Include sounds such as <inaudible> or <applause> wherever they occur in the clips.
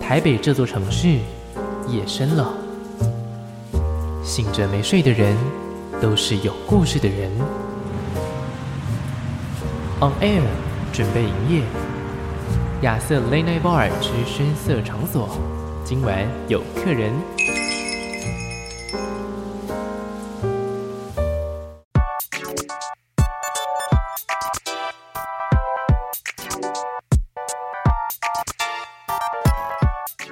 台北这座城市，夜深了。醒着没睡的人，都是有故事的人。On Air 准备营业，亚瑟 Late Night Bar 之深色场所，今晚有客人。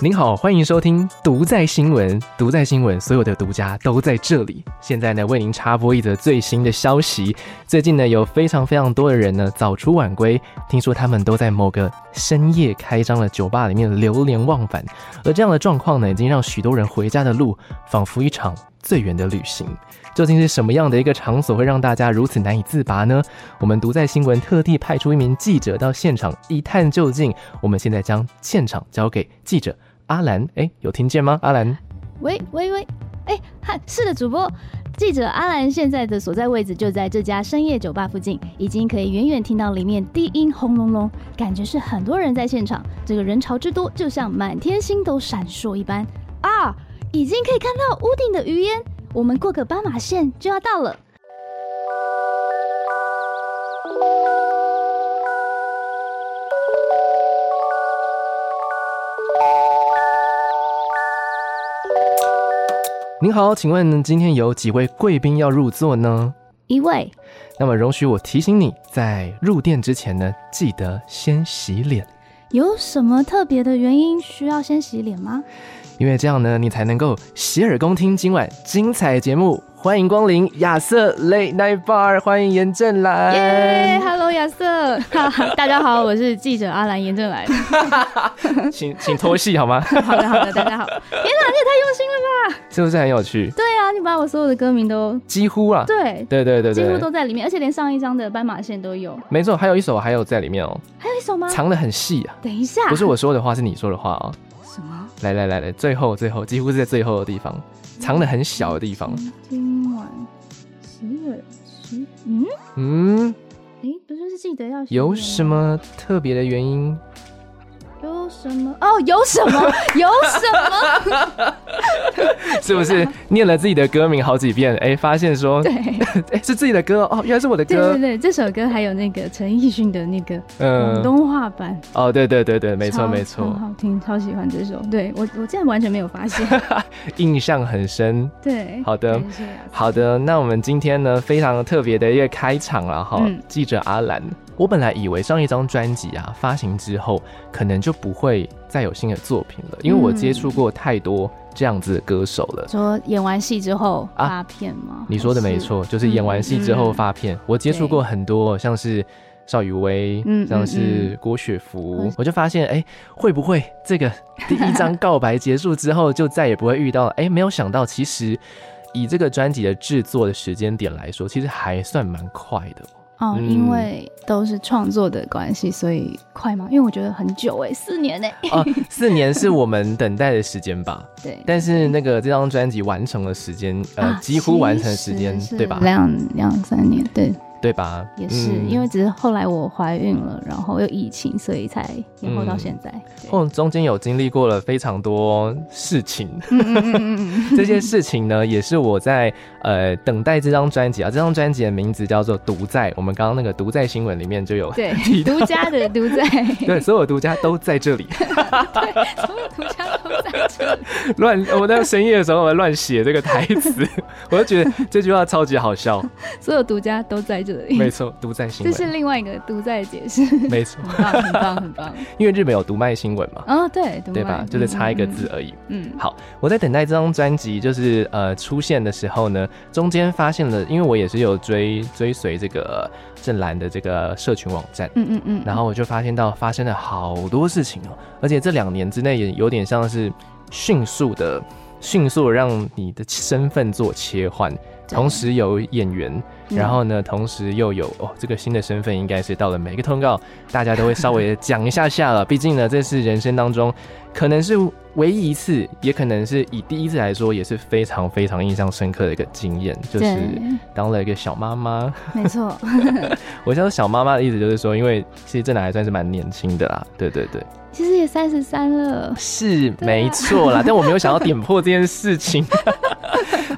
您好，欢迎收听《独在新闻》。《独在新闻》所有的独家都在这里。现在呢，为您插播一则最新的消息。最近呢，有非常非常多的人呢早出晚归，听说他们都在某个深夜开张的酒吧里面流连忘返。而这样的状况呢，已经让许多人回家的路仿佛一场最远的旅行。究竟是什么样的一个场所会让大家如此难以自拔呢？我们独在新闻特地派出一名记者到现场一探究竟。我们现在将现场交给记者。阿兰，哎，有听见吗？阿兰，喂喂喂，哎，嗨，是的，主播。记者阿兰现在的所在位置就在这家深夜酒吧附近，已经可以远远听到里面低音轰隆隆，感觉是很多人在现场，这个人潮之多，就像满天星斗闪烁一般啊！已经可以看到屋顶的余烟，我们过个斑马线就要到了。您好，请问今天有几位贵宾要入座呢？一位，那么容许我提醒你，在入店之前呢，记得先洗脸，有什么特别的原因需要先洗脸吗？因为这样呢，你才能够洗耳恭听今晚精彩节目。欢迎光临亚瑟 Late Night Bar，欢迎严正兰。耶、h e l l o 亚瑟， <laughs> 哈哈大家好，我是记者阿兰严正来。 <laughs> 请请脱戏好吗？ <laughs> 好的，好的，大家好。严正来，你也太用心了吧！是不是很有趣？对啊，你把我所有的歌名都几乎啊，对，对对对几乎都对，在里面，而且连上一张的斑马线都有。没错，还有一首还有在里面哦，还有一首吗？藏得很细啊。等一下，不是我说的话，是你说的话哦。什么？来来来来，最后最后，几乎是在最后的地方，藏得很小的地方。今晚洗耳洗，嗯，嗯，诶，不是是记得要洗有耳什么特别的原因？有什么？哦，有什么？有什 <laughs> 么？ <laughs> 是不是念了自己的歌名好几遍？哎、发现说，对哎、是自己的歌哦，哦原来是我的对歌对。对，这首歌还有那个陈奕迅的那个广嗯，东话版，哦，对对对对，没错超没超错，好听，超喜欢这首。对我，我竟然完全没有发现。 <laughs> 印象很深。对，好的感谢啊好的，那我们今天呢非常特别的一个开场了哈。嗯记者阿兰，我本来以为上一张专辑啊发行之后，可能就不会再有新的作品了，因为我接触过太多这样子的歌手了。说演完戏之后啊发片吗？你说的没还是。错，就是演完戏之后嗯嗯发片。我接触过很多，像是邵雨薇，嗯嗯像是郭雪嗯芙，嗯我就发现，哎、会不会这个第一张告白结束之后就再也不会遇到了？哎、没有想到，其实以这个专辑的制作的时间点来说，其实还算蛮快 <laughs> 的。哦，嗯因为都是创作的关系，所以快吗？因为我觉得很久哎、四年哎、啊，四年是我们等待的时间吧？对，但是那个这张专辑完成的时间，呃，啊几乎完成的时间其实，是对吧？两两三年，对，对吧？也是、嗯因为只是后来我怀孕了，然后又疫情，所以才延后到现在。对哦，中间有经历过了非常多事情， <laughs> 嗯嗯嗯嗯嗯这些事情呢，也是我在呃等待这张专辑啊。这张专辑的名字叫做《独在》，我们刚刚那个《独在》新闻里面就有。 <laughs> 对，独家的独在，对，所有独家都在这里。 <laughs> 所有独家都在这里。乱，我在深夜的时候我乱写这个台词， <laughs> 我就觉得这句话超级好 <laughs> 笑。 <laughs> 所有独家都在这里没。错，独在新这是闻，另外一个独在的解释，没错，很棒，很棒，<laughs> 很棒。因为日本有读卖新闻嘛，哦，对，独对吧卖？就是差一个字，而已。嗯，嗯嗯好，我在等待这张专辑，就是呃出现的时候呢，中间发现了，因为我也是有追追随这个呃郑兰的这个社群网站，嗯嗯嗯，然后我就发现到发生了好多事情哦，而且这两年之内也有点像是迅速的、迅速地让你的身份做切换，对同时有演员，嗯然后呢，同时又有哦，这个新的身份应该是到了每个通告，大家都会稍微地讲一下下了。毕竟呢，这是人生当中可能是唯一一次，也可能是以第一次来说，也是非常非常印象深刻的一个经验，就是对，当了一个小妈妈。没错，我叫做小妈妈的意思就是说，因为其实真的还算是蛮年轻的啦，对对对，其实也三十三了，是啊没错啦，但我没有想要点破这件事 <laughs> 情。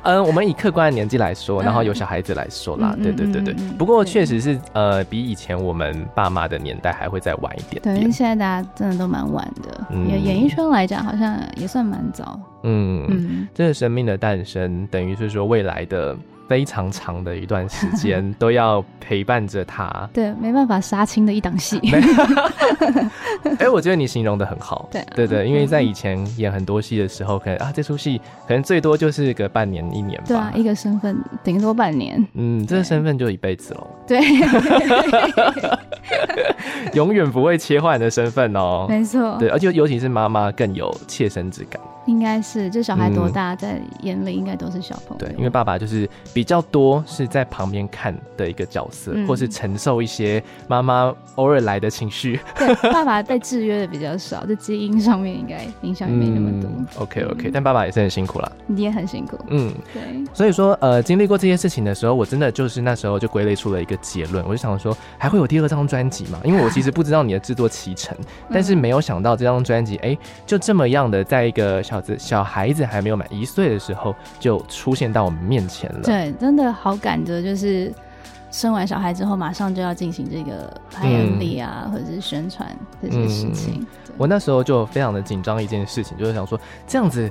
嗯，我们以客观的年纪来说，然后有小孩子来说啦，嗯对对对对嗯嗯嗯。嗯不过对确实是，呃，比以前我们爸妈的年代还会再晚一点对，因为点。现在大家真的都蛮晚的，嗯演演艺圈来讲好像也算蛮早，嗯，嗯，这个生命的诞生，等于是说未来的非常长的一段时 <laughs> 间都要陪伴着他。对，没办法杀青的一 <laughs> 档戏，哎、我觉得你形容的很好，对啊对对，因为在嗯以前演很多戏的时候，可能啊这出戏可能最多就是个半年一年吧，对啊，一个身份顶多 <laughs> 半年，嗯，这个身份就一辈子喽，对，永远不会切换的身份哦。没错，对，而且尤其是妈妈更有切身之感，应该是就小孩多嗯大，在眼里应该都是小朋友，对，因为爸爸就是比较多是在旁边看的一个角色，嗯或是承受一些妈妈偶尔来的情绪，对爸爸被制约的比较少，在基因上面应该影响也没那么多， OK 嗯 OK，但爸爸也是很辛苦啦，你也很辛苦，嗯，对，所以说，呃，经历过这些事情的时候，我真的就是那时候就归类出了一个结论，我就想说，还会有第二张专辑吗？因为我其实不知道你的制作期 <laughs> 程，嗯但是没有想到这张专辑，哎、就这么样的，在一个小子小孩子还没有满一岁的时候，就出现到我们面前了。对，真的好赶着，就是生完小孩之后，马上就要进行这个拍嗯 MV 啊，或者是宣传这些事情。对我那时候就非常的紧张一件事情，就是想说这样 <laughs> 子，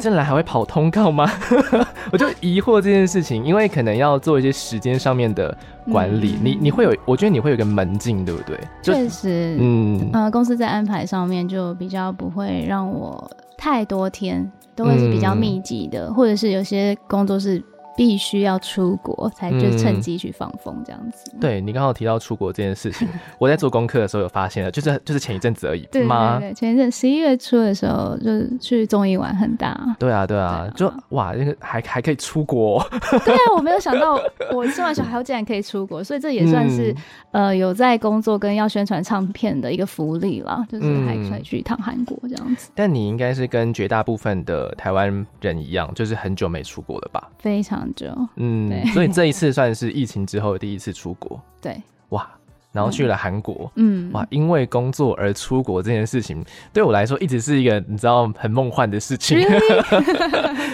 正来还会跑通告吗？ <laughs> 我就疑惑这件事情，因为可能要做一些时间上面的管理，嗯你你会有，我觉得你会有一个门禁，对不对？就确实，嗯呃，公司在安排上面就比较不会让我太多天，都会是比较密集的，或者是有些工作是必须要出国才就嗯趁机去放风这样子。对你刚好提到出国这件事 <laughs> 情，我在做功课的时候有发现了，就是就是前一阵子而已对对吗？对，前一阵十一月初的时候，就是去综艺玩很大， <laughs> 对啊，对啊，对就啊哇，那个还还可以出国哦，对啊，我没有想到我生完小孩后竟然可以出国，所以这也算是、嗯呃有在工作跟要宣传唱片的一个福利啦，就是还嗯可以去一趟韩国这样子，但你应该是跟绝大部分的台湾人一样，就是很久没出国了吧？非常久。嗯对，所以 <laughs> 这一次算是疫情之后第一次出国，对，哇，然后去了韩国。嗯，哇，因为工作而出国这件事情，对我来说一直是一个你知道很梦幻的事 <laughs> 情。 <laughs>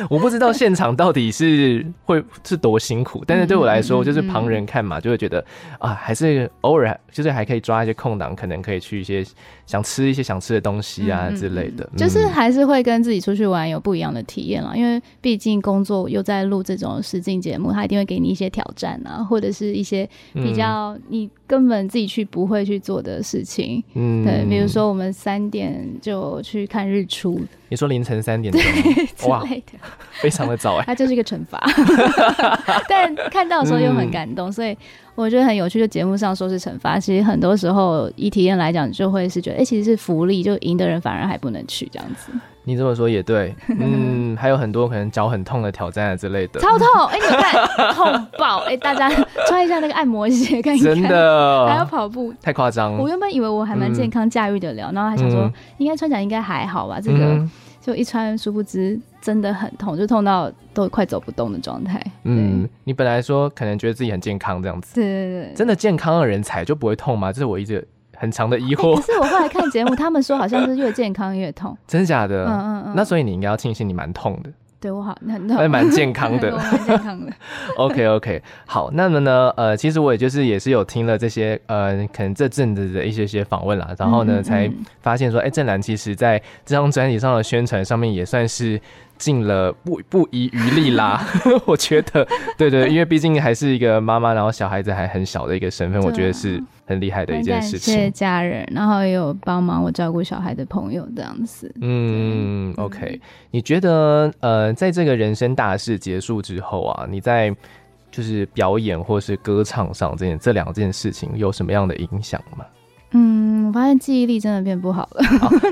我不知道现场到底是会是多辛苦，但是对我来说，嗯嗯嗯就是旁人看嘛，就会觉得啊，还是偶尔就是还可以抓一些空档，可能可以去一些想吃一些想吃的东西啊嗯嗯之类的。就是嗯还是会跟自己出去玩有不一样的体验啦，因为毕竟工作又在录这种实境节目，它一定会给你一些挑战啊，或者是一些嗯比较你根本自己去不会去做的事情。嗯对，比如说我们三点就去看日出 <laughs> 你说凌晨三点钟，之哇，类的，非常的早哎、它就是一个惩罚。 <laughs> 但看到的时候又很嗯感动，所以我觉得很有趣。就节目上说是惩罚，其实很多时候以体验来讲，就会是觉得，哎、其实是福利，就赢的人反而还不能去这样子，你这么说也 <laughs> 对，嗯，还有很多可能脚很痛的挑战啊之类的。超痛！哎、你看痛爆！哎、大家穿一下那个按摩鞋看一看，真还要的啊跑步。太夸张，我原本以为我还蛮健康驾驭得了，然后还想说、嗯应该穿起来应该还好吧，这嗯个哼就一穿，殊不知真的很痛，就痛到都快走不动的状态。嗯，你本来说可能觉得自己很健康这样子，对对对，真的健康的人才就不会痛吗？这是我一直很长的疑欸惑 <laughs> 可，是我后来看节目，他们说好像是越健康 <laughs> 越痛。真假嗯的？嗯嗯，啊那所以你应该要庆幸你蛮痛的，对我好，那还那蛮健康 <laughs> 我的。蛮健康的。 OK OK，好，那么呢，呃，其实我也就是也是有听了这些呃，可能这阵子的一些些访问啦，然后呢，嗯嗯才嗯发现说，哎、郑兰其实在这张专辑上的宣传上面也算是尽了不不遗余力 <laughs> 啦。我觉得，对对，因为毕竟还是一个妈妈，然后小孩子还很小的一个身份，对啊我觉得是很厉害的一很件感事谢情。家人，然后也有帮忙我照顾小孩的朋友这样子。嗯，OK，你觉得呃，在这个人生大事结束之后啊，你在就是表演或是歌唱上这件这两件事情有什么样的影响吗？嗯，我发现记忆力真的变不好 <laughs> 了。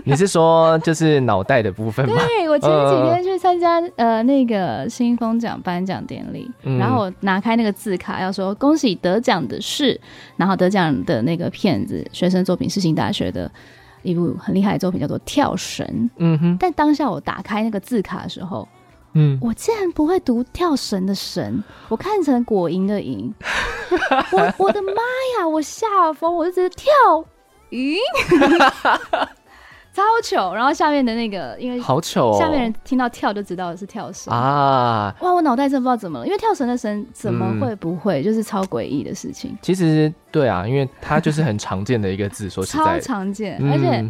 你是说就是脑袋的部分吗？对我前几天去参加呃那个新风奖颁奖典礼，嗯然后我拿开那个字卡，要说恭喜得奖的是，然后得奖的那个片子，学生作品，世新大学的一部很厉害的作品叫做《跳绳》。嗯哼，但当下我打开那个字卡的时候，嗯，我竟然不会读跳绳的绳，我看成果蝇 <laughs> 的蝇，我我的妈呀！我吓疯，我就直接跳 <laughs> 蝇，超糗。然后下面的那个，因为好糗哦。下面人听到跳就知道是跳绳。啊，哇，我脑袋真的不知道怎么了，因为跳绳的绳怎么嗯会不会，就是超诡异的事情，其实对啊，因为它就是很常见的一个字，说实超在的，常见。嗯而且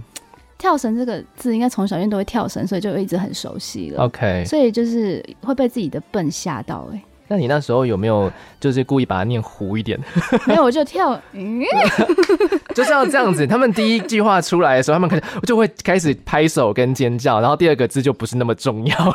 跳绳这个字，应该从小因为都会跳绳，所以就一直很熟悉了。 OK，所以就是会被自己的笨吓到 <laughs> 哎、那你那时候有没有就是故意把它念糊一点？ <laughs> 没有我就跳，嗯，就是要这样子。他们第一句话出来的时候，他们开始就会开始拍手跟尖叫，然后第二个字就不是那么重要 <laughs> 了。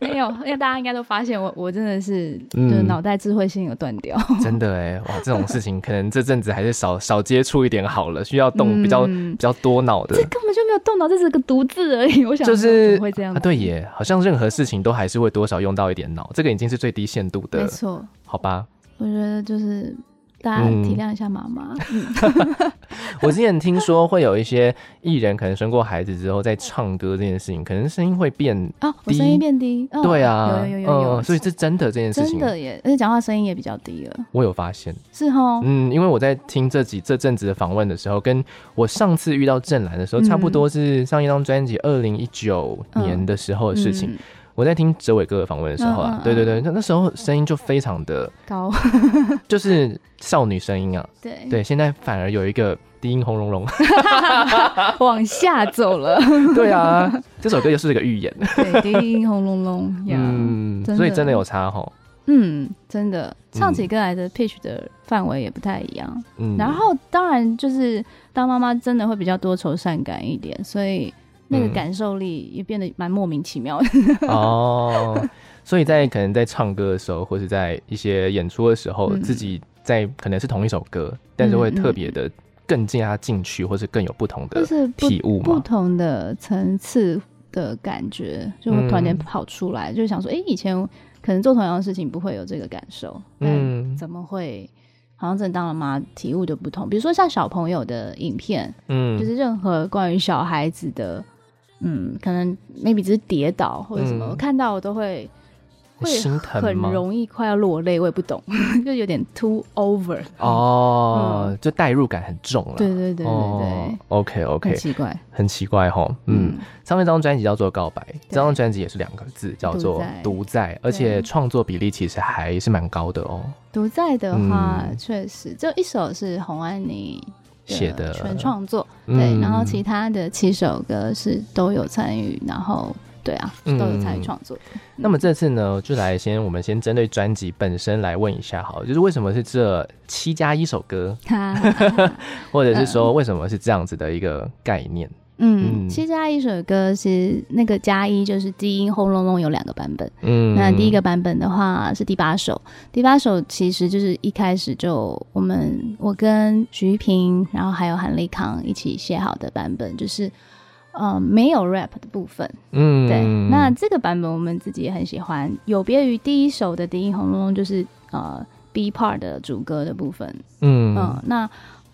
没有，因为大家应该都发现我，我真的是嗯就是脑袋智慧性有断掉，真的哎，哇，这种事情可能这阵子还是少少接触一点好了，需要 <laughs> 动比较、嗯比较多脑的这。根本就没有动脑，这是个独字而已。我想就说是怎么会这样啊，对耶，好像任何事情都还是会多少用到一点脑，这个已经是最低限度没的，错，好吧？我觉得就是大家嗯体谅一下妈妈。嗯 <laughs> 我之前听说会有一些艺人可能生过孩子之后，在唱歌这件事情，可能声音会变，啊，我低声音变低，嗯、对啊，有有有有有，嗯所以这真的这件事真情，的耶，而且讲话声音也比较低了，我有发现。是哦，嗯，因为我在听这几这阵子的访问的时候，跟我上次遇到郑兰的时候，嗯差不多是上一张专辑二零一九年的时候的事情。嗯我在听哲伟哥的访问的时候啊嗯，嗯嗯对对对，那那时候声音就非常的，高，就是少女声音啊。对，对，现在反而有一个低音轰隆隆。 <laughs> <laughs> 往下走了，对啊，这首歌又是一个预言。对，低音轰隆隆呀，嗯，真的所以真的有差吼。嗯，真的，唱起歌来的 pitch 的范围也不太一样，嗯，然后当然就是当妈妈真的会比较多愁善感一点，所以。那个嗯感受力也变得蛮莫名其妙的，哦，所以在可能在唱歌的时候，或是在一些演出的时候，嗯自己在可能是同一首歌，但是会特别的更加进去，或是更有不同 <laughs> 就的是不体悟不呃嘛。同的层次的感觉，就会突然间跑出来，嗯就想说，哎、以前可能做同样的事情不会有这个感受，嗯，嗯怎么会？好像真的当了妈，体悟就不同。比如说像小朋友的影片，嗯，就是任何关于小孩子的，嗯，可能 maybe 只是跌倒或者什么，嗯我看到我都会会会心很疼吗？容易快要落泪，我也不懂， <laughs> 就有点 too over。哦，就代入感很重了。嗯对对对对对，哦，OK 很 OK，奇怪。很奇怪吼，嗯，，上一张专辑叫做《告白》，这张专辑也是两个字，叫做独在“独在”，而且对创作比例其实还是蛮高的哦，独在的话嗯，确、实就一首是洪安妮写的全创作，嗯对，然后其他的七首歌是都有参与，然后对啊，嗯都有参与创作。 <laughs> 那么这次呢，就来先我们先针对专辑本身来问一下，好了，就是为什么是这七加一首歌，哈哈哈哈或者是说为什么是这样子的一个概念？嗯嗯，七加一首歌是那个加一就是低音轰隆隆有两个版本，嗯，那第一个版本的话是第八首，第八首其实就是一开始就我们我跟徐平，然后还有韩立康一起写好的版本，就是呃没有 rap 的部分。嗯，嗯对，那这个版本我们自己也很喜欢，有别于第一首的低音轰隆隆，就是呃 B part 的主歌的部分。嗯，嗯那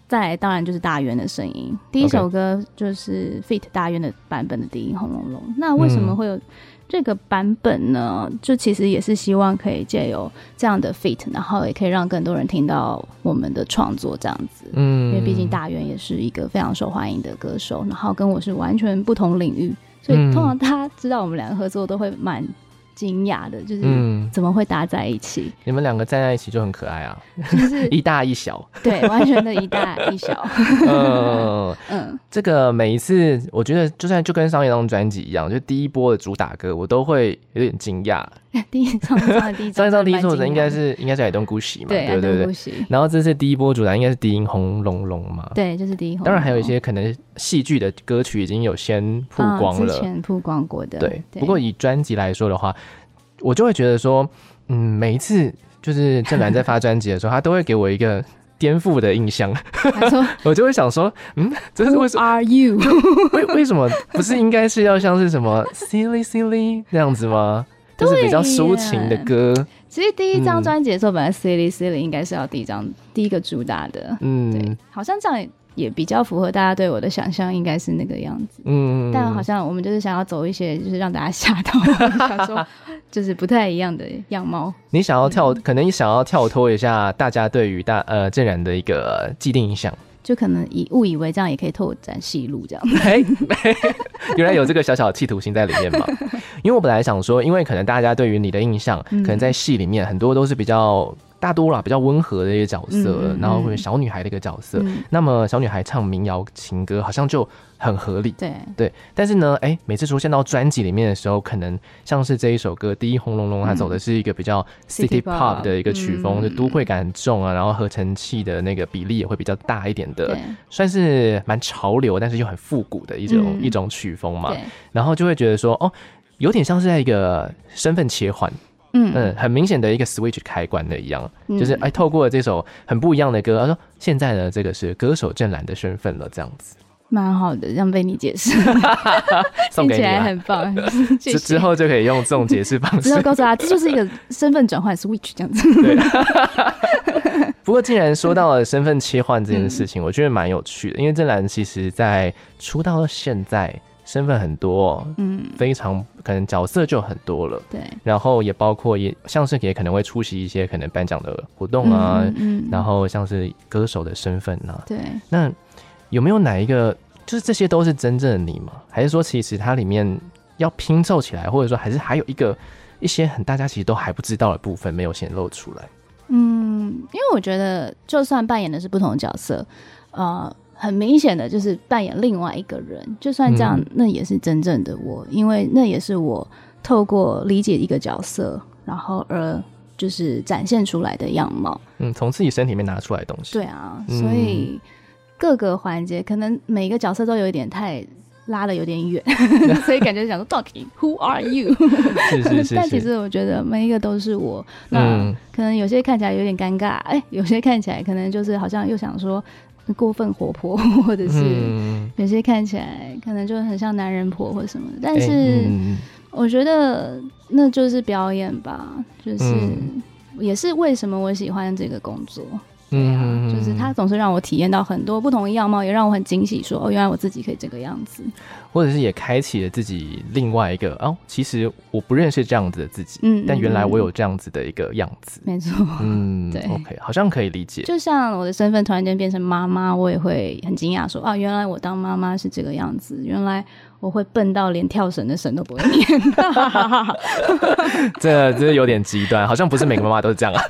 再来当然就是大渊的声音，第一首歌就是 Fit 大渊的版本的低音轰隆隆。那为嗯什么会有这个版本呢？就其实也是希望可以借由这样的 Fit，然后也可以让更多人听到我们的创作这样子。嗯因为毕竟大圆也是一个非常受欢迎的歌手，然后跟我是完全不同领域，所以嗯通常他知道我们两个合作都会蛮惊讶的，就是嗯，怎么会搭在一起，你们两个站在一起就很可爱啊， <laughs> 就是一大一小。 <laughs> 对，完全的一大一小，嗯，嗯， <laughs> 这个每一次我觉得就算就跟上一张专辑一样，就第一波的主打歌，我都会有点惊讶。 <laughs> 第一张上的第一上张，一张第一首的应该蛮惊讶的是应该是海东姑喜嘛，对对，安对东对不。 <laughs> 行，然后这次第一波主打应该是低音轰隆隆嘛，对，就是第一红，当然还有一些可能戏剧的歌曲已经有先曝光嗯了，之前曝光过的，对。不过以专辑来说的话，我就会觉得说，嗯，每一次就是郑兰在发专辑的时候，她都会给我一个颠覆的印象， <laughs> <laughs> 他说我就会想说，嗯，这是为 <laughs> 什么？ Are you？ <laughs> 为为什么不是应该是要像是什么 silly silly 那样子吗？就是比较抒情的歌，其实第一张嗯专辑的时候，本来 Silly Silly 应该是要第一张第一个主打的，对嗯，好像这样也也比较符合大家对我的想象，应该是那个样子。嗯，但好像我们就是想要走一些，就是让大家吓到，想 <laughs> 说就是不太一样的样貌。你想要跳，嗯可能你想要跳脱一下大家对于大呃郑然的一个既定印象。就可能以误以为这样也可以拓展戏路，这样哎， <laughs> 原来有这个小小的企图心在里 <laughs> 面嘛？因为我本来想说，因为可能大家对于你的印象，可嗯能在戏里面很多都是比较大多啦，比较温和的一个角色嗯嗯，然后嗯或者小女孩的一个角色嗯。那么小女孩唱民谣情歌好像就很合理。对，对，但是呢，哎，每次出现到专辑里面的时候，可能像是这一首歌《第一轰隆隆》，它走的是一个比较 city 嗯 City pop pop，的一个曲风，嗯就都会感很重啊，然后合成器的那个比例也会比较大一点的对，算是蛮潮流，但是又很复古的一种、嗯一种曲风嘛。对，然后就会觉得说，哦，有点像是在一个身份切换，嗯嗯，很明显的一个 switch 开关的一样，嗯就是哎，透过这首很不一样的歌，他说现在呢，这个是歌手郑岚的身份了，这样子蛮好的，让被你解释， <laughs> 送听给起你来啊。很棒。 <laughs> 谢之谢之后就可以用这种解释方 <laughs> 之后式。告诉啊他，这就是一个身份转换 switch 这 <laughs> 样子。不过，既然说到了身份切换这件嗯事情，我觉得蛮有趣的，因为郑岚其实在出道到现在，身份很多，哦嗯，非常可能角色就很多了。对，然后也包括也像是也可能会出席一些可能颁奖的活动啊，嗯然后像是歌手的身份啊，对，那有没有哪一个就是这些都是真正的你吗？还是说其实它里面要拼凑起来，或者说还是还有一个一些很大家其实都还不知道的部分没有显露出来？嗯，因为我觉得，就算扮演的是不同的角色，呃，很明显的就是扮演另外一个人，就算这样，嗯那也是真正的我，因为那也是我透过理解一个角色，然后而就是展现出来的样貌。嗯，从自己身体里面拿出来的东西。对啊，嗯所以各个环节可能每个角色都有一点太拉的有点远， <laughs> 所以感觉想说到底 Who are you？是是是 <laughs> 但其是。实我觉得每一个都是我。那嗯，可能有些看起来有点尴尬，哎、有些看起来可能就是好像又想说呃过分活泼，或者是嗯，有些看起来可能就很像男人婆或什么的。但哎是嗯我觉得那就是表演吧，就是嗯也是为什么我喜欢这个工作。对啊嗯，就是它总是让我体验到很多不同的样貌，也让我很惊喜说哦，原来我自己可以这个样子。嗯或者是也开启了自己另外一个哦，其实我不认识这样子的自己，嗯，但原来我嗯，有这样子的一个样子嗯。没错。嗯，对 o k 好像可以理解。就像我的身份突然间变成妈妈，我也会很惊讶说啊，原来我当妈妈是这个样子，原来我会笨到连跳绳的绳都不会 <laughs> 念。 <laughs> 这这有点极端，好像不是每个妈妈都是这样 <laughs> 啊。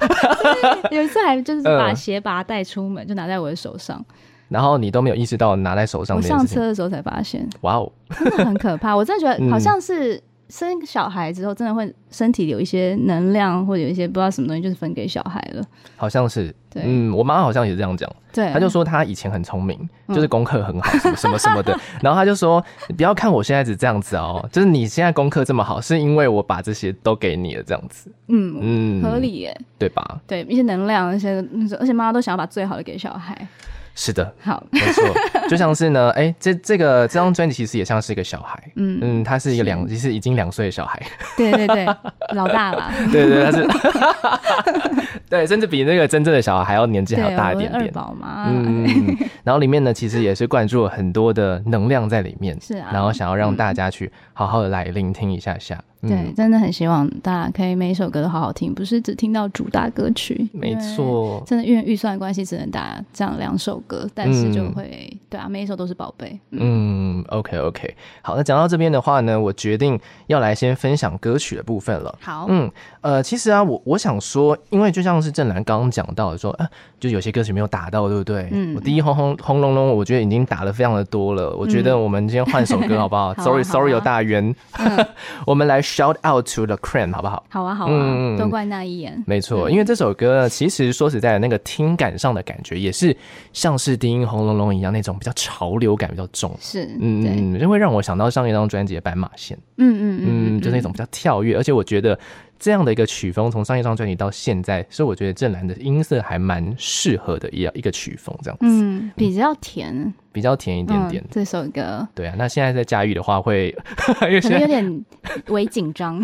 有一次还就是把嗯鞋拔带出门，就拿在我的手上，然后你都没有意识到拿在手上我这件上事情。车的时候才发现，哇哦，真的很可怕。我真的觉嗯得好像是生小孩之后，真的会身体有一些能量，或者有一些不知道什么东西，就是分给小孩了。好像是，对嗯，我妈好像也是这样讲，对，啊她就说她以前很聪明，嗯就是功课很好，什么什么什么的。然后她就说，不要看我现在只这样子哦，就是你现在功课这么好，是因为我把这些都给你了，这样子，嗯，嗯，合，理耶。对吧？对，一些能量，一些那种，而且妈妈都想要把最好的给小孩。是的，好，没错，就像是呢，哎，这这个这张专辑其实也像是一个小孩。嗯嗯，他是一个是两，其实已经两岁的小孩， <laughs> 对对对，老大啦，对对，他是， <laughs> 对，甚至比那个真正的小孩还要年纪对，还要大一我点二点。宝嘛，嗯， <laughs> 然后里面呢，其实也是灌注了很多的能量在里面，是啊嗯然后想要让大家去好好的来聆听一下下，嗯对，，真的很希望大家可以每一首歌都好好听，不是只听到主打歌曲，没。错，真的因为预算关系，只能打这样两首歌，但是就嗯会、对啊，每一首都是宝贝。嗯，OK OK，好，那讲到这边的话呢，我决定要来先分享歌曲的部分了。好，嗯，呃，其实啊，我我想说，因为就像是郑楠刚刚讲到的说，啊，就有些歌曲没有打到，对不对？嗯我第一轰轰轰隆隆，我觉得已经打的非常的多了。我觉得我们今天换首歌好不好嗯 <laughs> 好啊 s o r r y 好啊嗯 Sorry 有大冤， <laughs> 我们来 Shout out to the Cream 好不好？好啊，好啊，嗯嗯嗯都怪那一眼。没错，因为这首歌呢其实说实在的，那个听感上的感觉也是像是低音轰隆隆一样那种比较潮流感比较重。是，嗯对，嗯，就会让我想到上一张专辑的《斑马线》。嗯嗯嗯嗯，就是那种比较跳跃，而且我觉得这样的一个曲风，从上一张专辑到现在，所以我觉得郑蓝的音色还蛮适合的一一个曲风，这样子、嗯，比较甜，比较甜一一点点。这首 <laughs> 歌对啊，那现在在驾驭的话会，因为可现能在有点微紧张，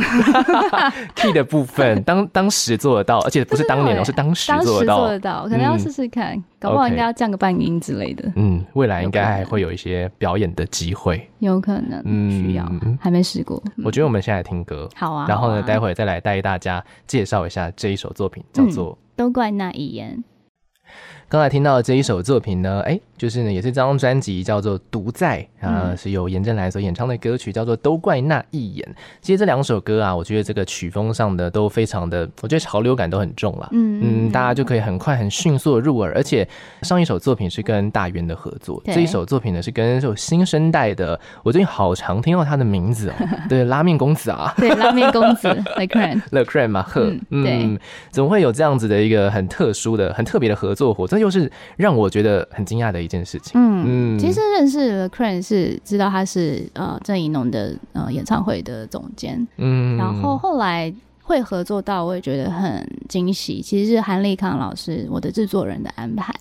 key 的部分当当时做得到，而且不是当年哦，是当时当时做得做到得。到，可能要嗯试试看，搞不好 OK 应该要降个半音之类的，嗯，未来应该有可能还会有一些表演的机会。有可能需要嗯，还没试过。我觉得我们现在听歌，好啊，然后好呢，啊待会再来带大家介绍一下这一首作品，嗯叫做都怪那一眼，刚才听到的这一首作品呢，哎，就是呢，也是这张专辑叫做《独在》啊、嗯是由严正来所演唱的歌曲，叫做《都怪那一眼》。其实这两首歌啊，我觉得这个曲风上的都非常的，我觉得潮流感都很重啦。嗯嗯，大家就可以很快、很迅速的入耳，而且上一首作品是跟大元的合作，对这一首作品呢是跟这种新生代的，我最近好常听到他的名 <laughs> 字哦，对，拉面公子啊， <laughs> 对拉面 <laughs> 公子 l e c r a n 乐 c r a n 马赫嗯，对，怎么会有这样子的一个很特殊的、很特别的合作伙？这又是让我觉得很惊讶的一件事情。嗯。嗯，其实认识 l e c r a n 是知道他是呃郑怡农的呃演唱会的总监，嗯然后后来会合作到，我也觉得很惊喜。其实是韩立康老师，我的制作人的安排，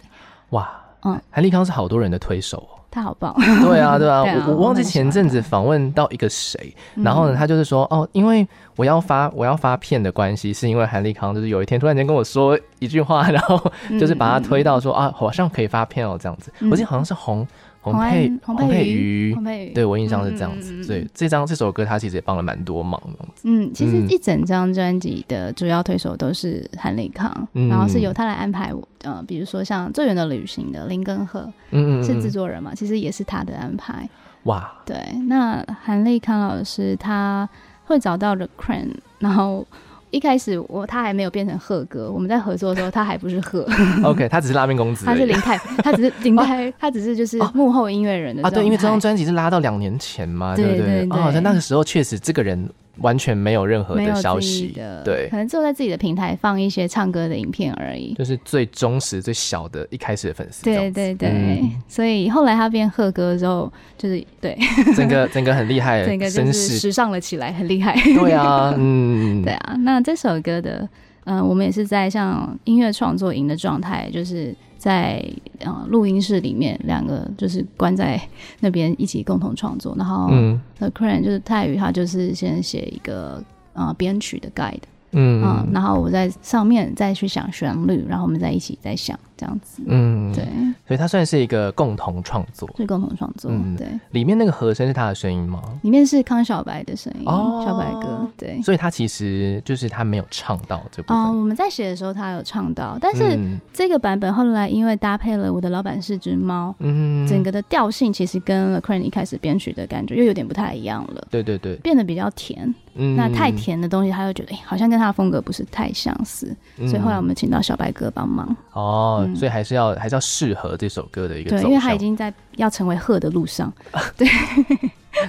哇，嗯韩立康是好多人的推手哦。他好棒。对 <laughs> 啊，对啊，对啊我我忘记我很喜欢前阵子访问到一个谁，嗯然后呢，他就是说哦，因为我要发我要发片的关系，是因为韩立康就是有一天突然间跟我说一句话， <laughs> 然后就是把他推到说啊，好像可以发片哦这样子。嗯我记得好像是洪洪洪佩安洪洪佩佩瑜瑜洪，佩瑜，对我印象是这样子，嗯嗯嗯所以这张这首歌他其实也帮了蛮多忙的。嗯，其实嗯一整张专辑的主要推手都是韩立康，嗯然后是由他来安排我，呃，比如说像《最远的旅行》的林根赫嗯嗯，是制嗯作人嘛，其实也是他的安排。哇，对，那韩立康老师他会找到 The Cran，然后一开始我他还没有变成贺哥，我们在合作的时候他还不是贺， <laughs> OK，他只是拉面公子而他已，是林太，<laughs> 他只是林太，他只是就是哦幕后音乐人的啊，对，因为这张状态专辑是拉到两年前嘛，对不对对哦，在那个时候确实这个人完全没有任何没有的消自息己的，，对可，能只有在自己的平台放一些唱歌的影片而已。就是最忠实、最小的一开始的粉丝，对对对，嗯所以后来他变贺哥之后，就是对这样整个整个很厉害，整个就绅是士，时尚了起来，很厉害。对啊， <laughs> 嗯，对啊，那这首歌的，嗯、我们也是在像音乐创作营的状态，就是在呃录音室里面，两个就是关在那边一起共同创作。然后嗯 The Crane 就是泰语，他就是先写一个呃编曲的 guide，嗯嗯、嗯然后我在上面再去想旋律，然后我们再一起再想这样子。嗯，对，所以他算是一个共同创作，是共同创作。嗯对，里面那个和声是他的声音吗？里面是康小白的声音，哦小白哥对。所以他其实就是他没有唱到这部哦，分，我们在写的时候他有唱到，但是嗯这个版本后来因为搭配了我的老板是只猫，嗯整个的调性其实跟 l e c r a n 一开始编曲的感觉又有点不太一样了，对对对，变得比较甜。嗯那太，甜的东西，他又觉得、哎，好像跟他的风格不是太相似，嗯所以后来我们请到小白哥帮忙。哦，嗯所以还是要还是要适合这首歌的一个对，走因为他向已经在要成为鹤的 <laughs> 路上，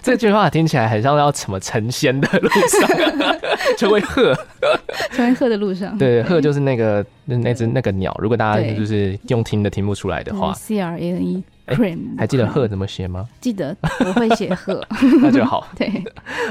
这句话听起来很像要什么成仙的路上， <laughs> 成为鹤， <laughs> 成为鹤的路上。对，鹤就是那个那那只那个鸟，如果大家对就是用听的听不出来的话。 ，C R A N E 哎 cream，还记得鹤怎么写吗？ <laughs> <laughs> 记得我会写鹤，那就好。对，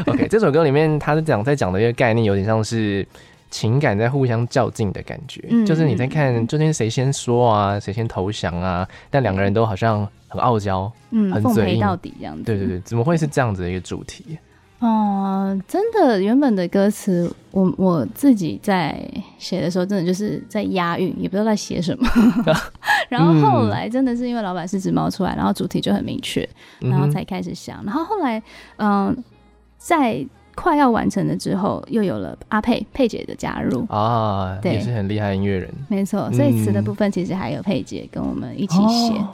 OK，这首歌里面他讲在讲的一个概念，有点像是情感在互相较劲的感觉，嗯就是你在看究竟谁先说啊，谁先投降啊，但两个人都好像很傲娇。嗯，很奉嘴陪硬到底这样子。对对对，怎么会是这样子的一个主题？哦，真的，原本的歌词，我我自己在写的时候，真的就是在押韵，也不知道在写 <laughs> 什么。然后后来真的是因为老板是只猫出来，然后主题就很明确，嗯然后哼才开始想。然后后来，嗯、在快要完成了之后，又有了阿佩佩姐的加入，啊，对也是很厉害的音乐人没错，所以词的嗯部分其实还有佩姐跟我们一起写哦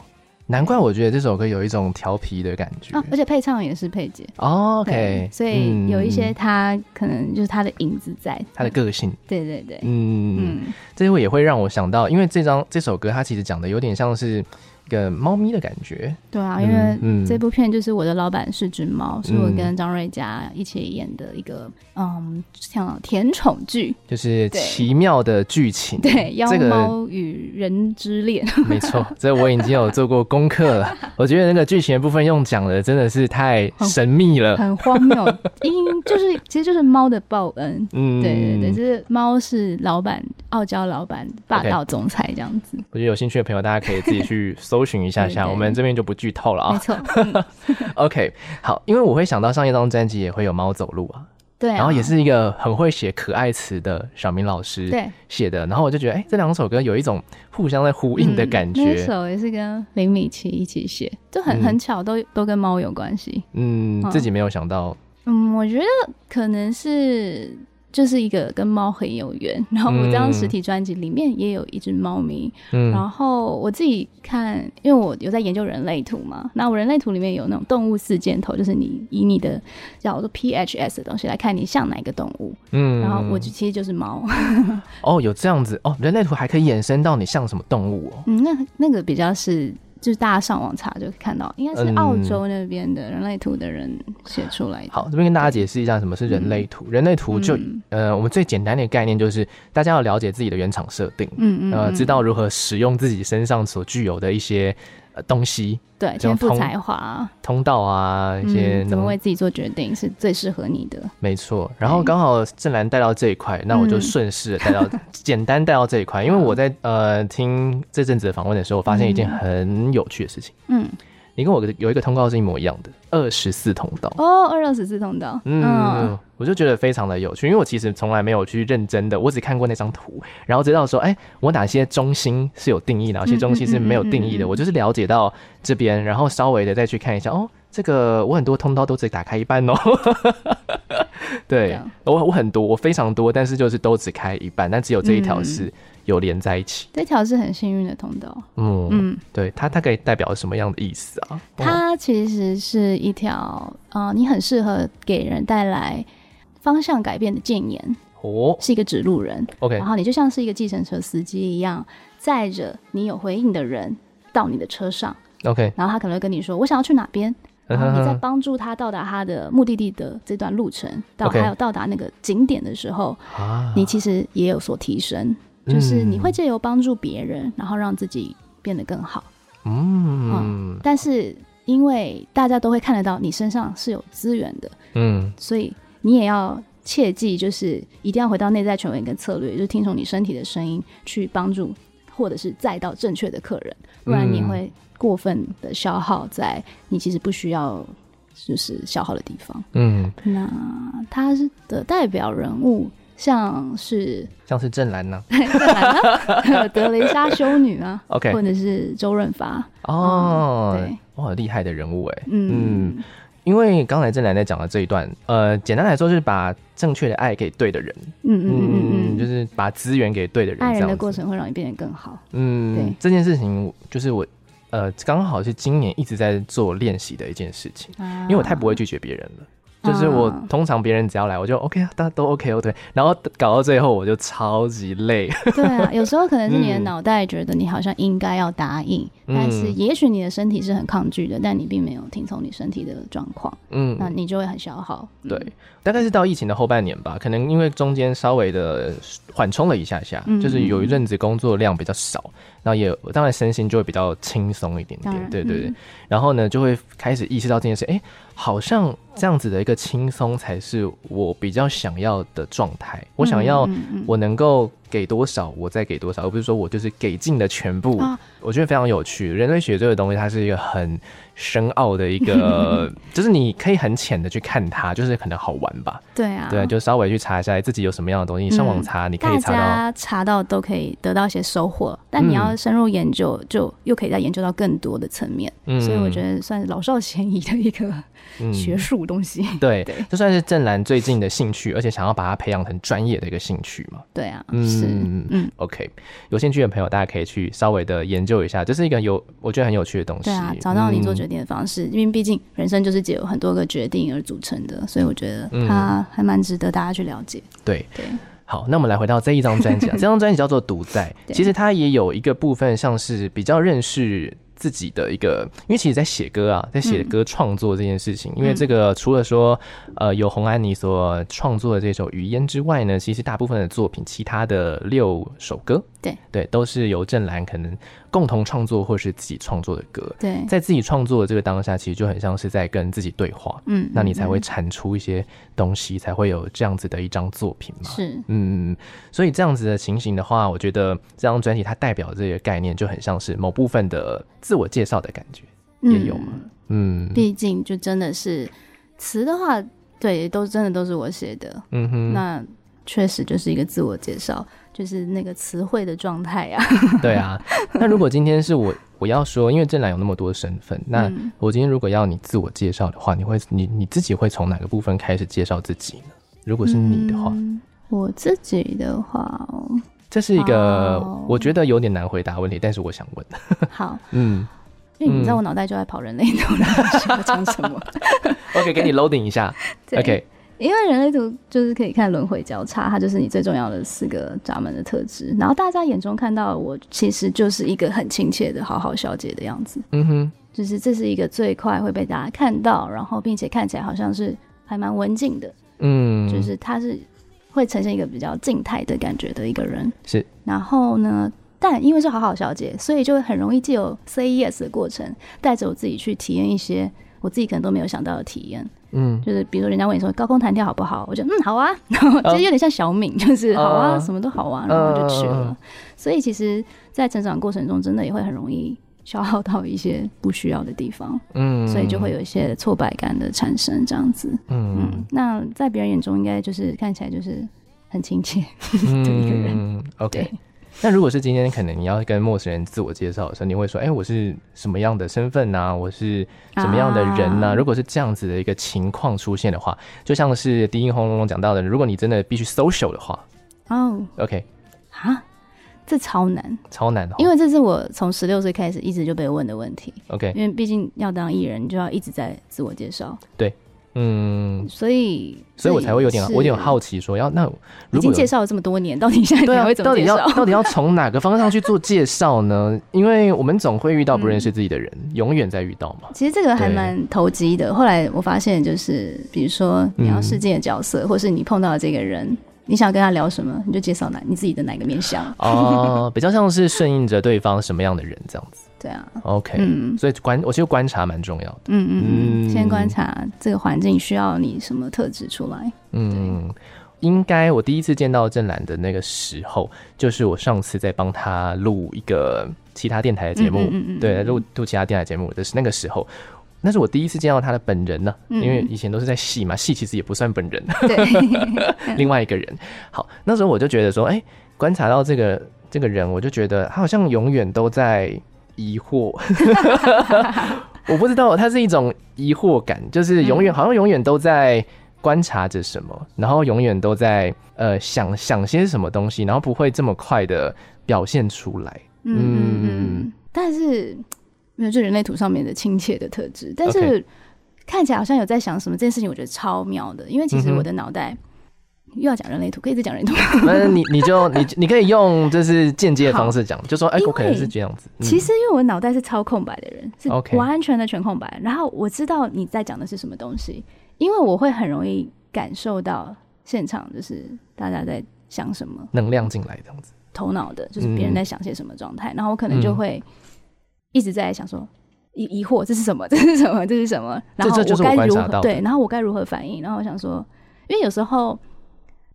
难怪我觉得这首歌有一种调皮的感觉啊。而且配唱也是佩姐。哦对 OK，所以有一些嗯她可能就是她的影子在，他的个性，对对对，嗯，嗯这会也会让我想到，因为这张这首歌它其实讲的有点像是一个猫咪的感觉，对啊，因为嗯嗯这部片就是我的老板是只猫，是我嗯跟张瑞佳一起演的一个嗯，像甜宠剧，就是对奇妙的剧情。对，妖嗯这个猫与人 <laughs> 之恋，没 <laughs> 错，这我已经有做过功课了。我觉得那个剧情的部分用讲的真的是太神秘了，很荒谬，阴就是其实就是猫的报恩。嗯，对对对，就是猫是老板，傲娇老板，霸道总裁这样子。我觉得有兴趣的朋友，大家可以自己去搜寻一下下， <laughs> 对对我们这边就不剧透了啊 <laughs> 没、错，嗯 OK，好，因为我会想到上一张专辑也会有《猫走路》啊，对啊。 <laughs> 然后也是一个很会写可爱词的小明老师对写的，然后我就觉得，哎、这两首歌有一种互相在呼应的感嗯那觉。首也是跟林米奇一起写，就很嗯很巧都，都跟猫有关系。嗯，嗯自己没有想到，嗯，我觉得可能是就是一个跟猫很有缘，然后我这张嗯实体专辑里面也有一只猫咪，嗯然后我自己看，因为我有在研究人类图嘛，那我人类图里面有那种动物四箭头，就是你以你的叫做 PHS 的东西来看你像哪一个动物，嗯然后我就其实就是猫，哦，有这样子哦，人类图还可以衍生到你像什么动物哦，嗯，那那个比较是。就是大家上网查就可以看到，应该是嗯澳洲那边的人类图的人写出来的。好，这边跟大家解释一下什么是人类图。人类图就、嗯呃，我们最简单的概念就是大家要了解自己的原厂设定，嗯嗯，呃，嗯知道如何使用自己身上所具有的一些呃东西、对这样天赋通才华，通道啊，一些嗯，怎么能、为自己做决定是最适合你的。没错。然后刚好正兰带到这一块，那我就嗯顺势地带到、 <laughs> 简单带到这一块，因为我在呃听这阵子的访问的时候，我发现一件很有趣的事情，嗯，你跟我有一个通告是一模一样的，二十四通道。哦，二六十四通道，嗯，我就觉得非常的有趣，因为我其实从来没有去认真的，我只看过那张图，然后知道说，哎、我哪些中心是有定义，哪些中心是没有定义的，嗯嗯嗯嗯嗯嗯我就是了解到这边，然后稍微的再去看一下，哦，这个我很多通道都只打开一半哦， <laughs> 这对样我我很多，我非常多，但是就是都只开一半，但只有这一条是有连在一起，这条是很幸运的通道。嗯，嗯，对，它大概代表什么样的意思啊？哦它其实是一条，呃，你很适合给人带来方向改变的谏言，哦是一个指路人。 ，OK，然后你就像是一个计程车司机一样，载着你有回应的人到你的车上， OK，然后他可能会跟你说：“我想要去哪边。”嗯然后啊你在帮助他到达他的目的地的这段路程，到 OK 还有到达那个景点的时候， <laughs> 啊嗯你其实也有所提升，就是你会借由帮助别人，然后让自己变得更好。嗯但是因为大家都会看得到你身上是有资源的，嗯，所以你也要切记，就是一定要回到内在权威跟策略，就是听从你身体的声音去帮助，或者是载到正确的客人，不然你嗯会过分的消耗在你其实不需要。就是消耗的地方。嗯，那他是的代表人物，像 <laughs> 是像是郑兰呢、 <laughs> 德雷莎修女啊 OK 或者是周润发，哦，嗯对哇，厉害的人物哎。嗯，因为刚才郑兰在讲的这一段，呃，简单来说是把正确的爱给对的人，嗯嗯嗯嗯就嗯，是把资源给对的人，爱这人样的子过，程会让你变得更好。嗯对，这件事情就是我，呃，刚好是今年一直在做练习的一件事情，因因为我太不会拒绝别人了。就是我啊通常别人只要来，我就 OK 啊，大家都 OK OK，然后搞到最后我就超级累， <laughs> 对啊，有时候可能是你的嗯脑袋觉得你好像应该要答应，嗯但是也许你的身体是很抗拒的，但你并没有听从你身体的状况，嗯，那你就会很消耗。嗯对，大概是到疫情的后半年吧，可能因为中间稍微的缓冲了一下下，嗯就是有一阵子工作量比较少，然后也当然身心就会比较轻松一点当点，然对对对。嗯然后呢，就会开始意识到这件事，哎、好像这样子的一个轻松才是我比较想要的状态，我想要嗯嗯嗯我能够给多少，我再给多少，而不是说我就是给尽了全部。啊我觉得非常有趣，人类学这个东西，它是一个很深奥的一 <laughs> 个，就是你可以很浅的去看它，就是可能好玩吧。对啊，对，就稍微去查一下自己有什么样的东西，你上网查，你可以查到。大家查到都可以得到一些收获，但你要嗯深入研究，就又可以再研究到更多的层面。嗯所以我觉得算是老少咸宜的一个嗯学术东西。 <laughs> 对对，这算是郑兰最近的兴趣，而且想要把它培养成专业的一个兴趣嘛。对啊，嗯是嗯嗯， OK，有兴趣的朋友，大家可以去稍微的研究一下，这是一个有我觉得很有趣的东西。对啊，找到你做嗯决定的方式，因为毕竟人生就是藉由很多个决定而组成的，所以我觉得嗯它还蛮值得大家去了解。对，对，好，那我们来回到这一张专辑 <laughs> 啊，这张专辑叫做《独在》，对其实它也有一个部分像是比较认识。自己的一个，因为其实，在写歌啊，在嗯写歌创作这件事情，因为这个除了说，呃，有洪安妮所创作的这首《雨烟》之外呢，其实大部分的作品，其他的六首歌，对对，都是由郑兰可能共同创作或是自己创作的歌，对，在自己创作的这个当下，其实就很像是在跟自己对话，嗯，那你才会嗯产出一些东西，才会有这样子的一张作品嘛。是嗯，所以这样子的情形的话，我觉得这张专辑它代表这个概念就很像是某部分的自我介绍的感觉，也有嘛嗯嗯毕竟就真的是词的话，对，都真的都是我写的，嗯哼，那确实就是一个自我介绍，就是那个词汇的状态呀。对啊。那如果今天是我我要说，因为郑兰有那么多身份，那嗯我今天如果要你自我介绍的话，你会你你自己会从哪个部分开始介绍自己呢？如果是你的话，嗯我自己的话哦，这是一个哦我觉得有点难回答的问题，但是我想问，好，嗯因为你知道我脑袋就在跑人类图，然后需要讲什么？ <laughs> ，OK，给你 loading 一下 <laughs> 对，OK，因为人类图就是可以看轮回交叉，它就是你最重要的四个闸门的特质。然后大家眼中看到的我，其实就是一个很亲切的好好小姐的样子， <laughs> 嗯哼，就是这是一个最快会被大家看到，然后并且看起来好像是还蛮文静的，嗯，就是他是会呈现一个比较静态的感觉的一个人。是，然后呢，但因为是好好小姐，所以就很容易借由 say yes 的过程，带着我自己去体验一些我自己可能都没有想到的体验。嗯，就是比如说人家问你说高空弹跳好不好，我就嗯好啊， <laughs> 然后其实有点像小敏，就是好啊，嗯什么都好啊，然后就嗯嗯去嗯了。所以其实，在成长过程中，真的也会很容易消耗到一些不需要的地方，嗯，所以就会有一些挫败感的产生，这样子。嗯嗯，那在别人眼中应该就是看起来就是很亲切，嗯 <laughs> 的一个人嗯，OK 对。那如果是今天可能你要跟陌生人自我介绍的时候，你会说：“哎、我是什么样的身份呐、啊我是什么样的人呐、啊如果是这样子的一个情况出现的话，就像是低音轰隆隆讲到的，如果你真的必须 social 的话哦，OK，啊，这超难，超难哦，因为这是我从十六岁开始一直就被问的问题， OK，因为毕竟要当艺人，就要一直在自我介绍，嗯，所以所以我才会有点，啊这也我是有点好奇说，要那已如果经有介绍了这么多年，到底现在对你啊会，怎到么底介要绍？到底要从哪个方向去做介绍呢？因为我们总会遇到不认嗯识自己的人，永远在遇到嘛。 <laughs> 其实这个还对蛮投机的。后来我发现，就是比如说你要试镜的角色，或是你碰到的这个人，你想跟他聊什么，你就介绍哪你自己的哪个面相。哦，比较像是顺应着对方什么样的人这样子。对啊， OK，、嗯所以观我觉得观察蛮重要的。嗯嗯哎嗯嗯，先观察这个环境需要你什么特质出来。嗯，应该我第一次见到郑兰的那个时候，就是我上次在帮她录一个其他电台的节目，嗯嗯嗯嗯对，录录其他电台节目的是那个时候。那是我第一次见到她的本人呢、嗯因为以前都是在戏嘛，戏其实也不算本人， <laughs> 对，另外一个人。好，那时候我就觉得说，哎、观察到这个这个人，我就觉得他好像永远都在疑 <laughs> 惑。我不知道，他是一种疑惑感，嗯就是永远、好像永远都在观察着什么，然后永远都在呃想想些什么东西，然后不会这么快的表现出 <laughs> 来。嗯嗯嗯嗯，但是没有就人类图上面的亲切的特质，但是 OK 看起来好像有在想什么，这件事情我觉得超妙的，因为其实嗯哼我的脑袋。又要讲人类图，可以再讲人类图。那你你就你你可以用就是间接的方好式讲，就说哎、哦因为我可能是这样子。嗯其实，因为我脑袋是超空白的人， OK 是完全的全空白。然后我知道你在讲的是什么东西，因为我会很容易感受到现场就是大家在想什么，能量进来这样子。头脑的，就是别人在想些什么状嗯态，然后我可能就会一直在想说。疑疑惑，这是什么？ <laughs> 这是什么？这是什么？然后这就是我该观如察到何的对？然后我该如何反应？然后我想说，因为有时候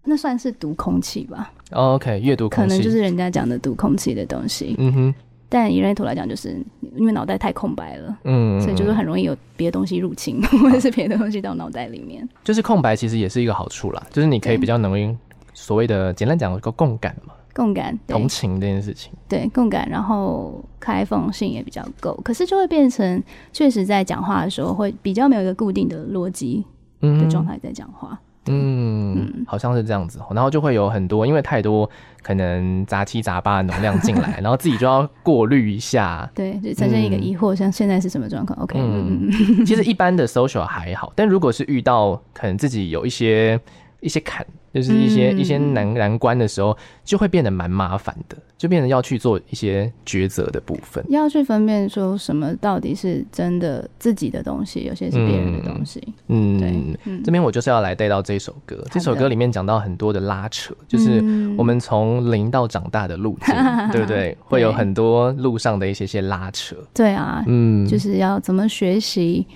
那算是读空气吧，哦 OK，阅读空可气，能就是人家讲的读空气的东西。嗯哼，但以人类图来讲，就是因为脑袋太空白了，嗯，所以就是很容易有别的东西入侵，或者是别的东西到脑袋里面。就是空白其实也是一个好处啦，就是你可以对比较容易所谓的简单讲个共感嘛，共感，对同情这件事情。对共感，然后开放性也比较够，可是就会变成确实在讲话的时候会比较没有一个固定的逻辑的状态在讲话。嗯，好像是这样子哦，然后就会有很多，因为太多可能杂七杂八的能量进来，然后自己就要过滤一下。对，就呈现一个嗯疑惑，像现在是什么状况？OK，嗯嗯嗯嗯，其实一般的 social 还好，但如果是遇到可能自己有一些一些坎，就是一些、嗯一些难难关的时候，就会变得蛮麻烦的，就变得要去做一些抉择的部分。要去分辨说什么到底是真的自己的东西，有些是别人的东西。嗯对，，嗯这边我就是要来带到这首歌，这首歌里面讲到很多的拉扯，就是嗯我们从零到长大的 <laughs> 路径，对不对？会有很多路上的一些些拉扯。对啊，嗯，就是要怎么学习，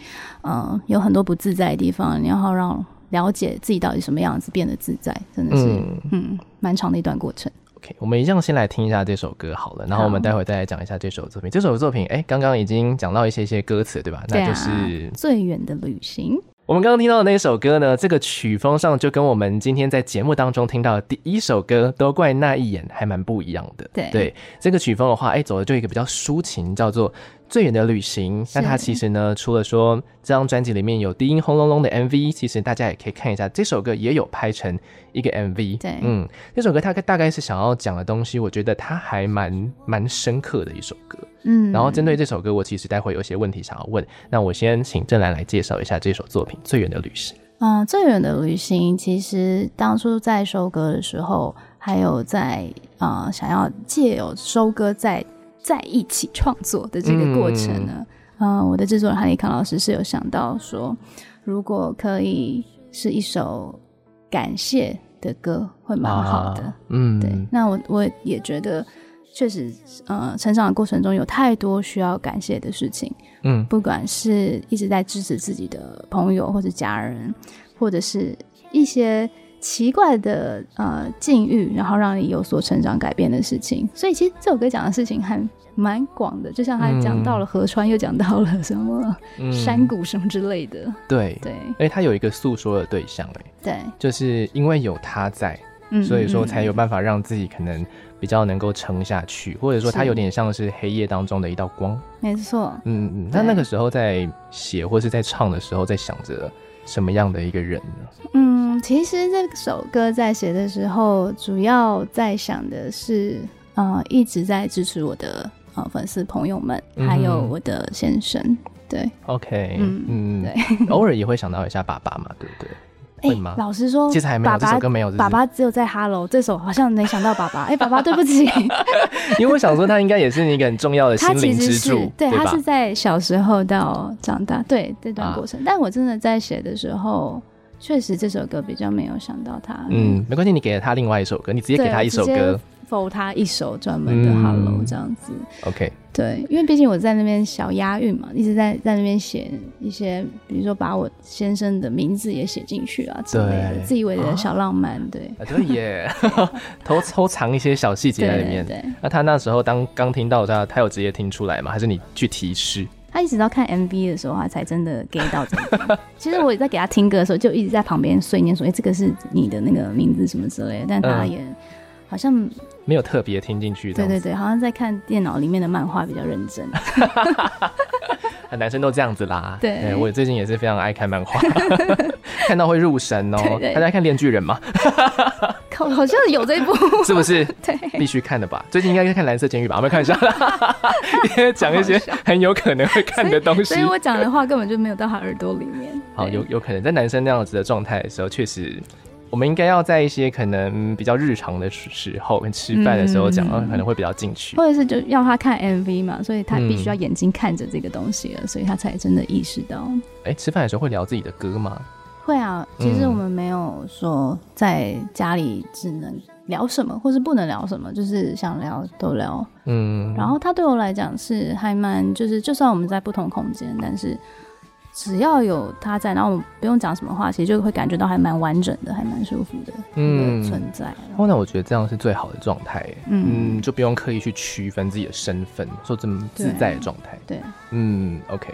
嗯、有很多不自在的地方，你要让了解自己到底什么样子变得自在，真的是嗯嗯蛮、长的一段过程。 ，OK，我们一样先来听一下这首歌好了，然后我们好待会再来讲一下这首作品。这首作品，哎，刚刚已经讲到一些些歌词，对吧？对那啊就是最远的旅行，我们刚刚听到的那首歌呢，这个曲风上就跟我们今天在节目当中听到的第一首歌《都怪那一眼》还蛮不一样的。对这个曲风的话，哎，走的就一个比较抒情，叫做《最远的旅行》。那它是其实呢，除了说这张专辑里面有低音轰隆隆的 MV，其实大家也可以看一下，这首歌也有拍成一个 MV。对嗯，这首歌它大概是想要讲的东西，我觉得它还蛮蛮深刻的一首歌。嗯，然后针对这首歌，我其实待会有一些问题想要问，那我先请郑兰来介绍一下这首作品《最远的旅行》。嗯，最远的旅行，其实当初在收割的时候，还有在啊、呃想要借由收割在在一起创作的这个过程呢，嗯、我的制作人韩立康老师是有想到说，如果可以是一首感谢的歌，会蛮好的。啊嗯，对，那我我也觉得。确实，呃，成长的过程中有太多需要感谢的事情，嗯不管是一直在支持自己的朋友或者家人，或者是一些奇怪的呃境遇，然后让你有所成长改变的事情。所以其实这首歌讲的事情还蛮广的，就像他讲到了河川，又讲到了什么嗯山谷什么之类的。对，对哎，它有一个诉说的对象，哎，对，就是因为有他在，嗯，所以说才有嗯。办法让自己可能比较能够撑下去，或者说它是有点像是黑夜当中的一道光。嗯没错，嗯嗯，那对那个时候在写或是在唱的时候，在想着什么样的一个人呢？嗯，其实这首歌在写的时候，主要在想的是，呃，一直在支持我的呃粉丝朋友们，还有嗯我的先生。对， OK，嗯嗯，偶尔也会想到一下爸爸嘛，对不对？会吗？老实说，其实还没有，哦爸这首爸歌没有，这是爸爸只有在 Hello 这首好像没想到爸爸。哎、爸爸，对不 <laughs> 起，因为我想说，他应该也是你一个很重要的他心其灵实支是柱，对他吧是？在小时候到长大，对这段啊过程。但我真的在写的时候，确实这首歌比较没有想到他。嗯，没关系，你给了他另外一首歌，你直接对，啊给他一首歌否他一首专门的嗯 Hello 这样子。 ，OK，对，因为毕竟我在那边小押韵嘛，一直在在那边写一些，比如说把我先生的名字也写进去啊之类的，对自以为的小浪漫，对。啊对耶， <laughs> 偷偷藏一些小细节对在里对面。对，那他那时候当刚听到他，他有直接听出来吗？还是你去提示？他一直到看 MV 的时候，他才真的 get 到这一点。其实我在给他听歌的时候，就一直在旁边碎念说：“哎、这个是你的那个名字什么之类的。”但他嗯也好像、没有特别听进去，这对样对子。对，好像在看电脑里面的漫画比较认真。 <laughs> 啊男生都这样子啦。对我最近也是非常爱看 <laughs> 漫画，看到会入神哦对。对大家看《恋巨 <laughs> 人》吗？靠，好像有这一部。 <laughs> 是不是？对，必须看的吧？最近应该在看《蓝色监狱》吧？我们看一下， <laughs> 因为讲一些很有可能会看的东西所以。我讲的话根本就没有到他耳朵里面。好，对有有可能在男生那样子的状态的时候，确实，我们应该要在一些可能比较日常的时时候，跟吃饭的时候讲，嗯呃可能会比较进去。或者是就要他看 MV 嘛，所以他嗯必须要眼睛看着这个东西了，所以他才真的意识到。哎、吃饭的时候会聊自己的歌吗？会啊，嗯其实我们没有说在家里只能聊什么，或是不能聊什么，就是想聊都聊。嗯，然后他对我来讲是还蛮，就是就算我们在不同空间，但是只要有他在，然后我们不用讲什么话，其实就会感觉到还蛮完整的，还蛮舒服的一嗯个存在。哦，那我觉得这样是最好的状态，哎嗯嗯，就不用刻意去区分自己的身份，说这么自对在的状态。对，嗯，OK，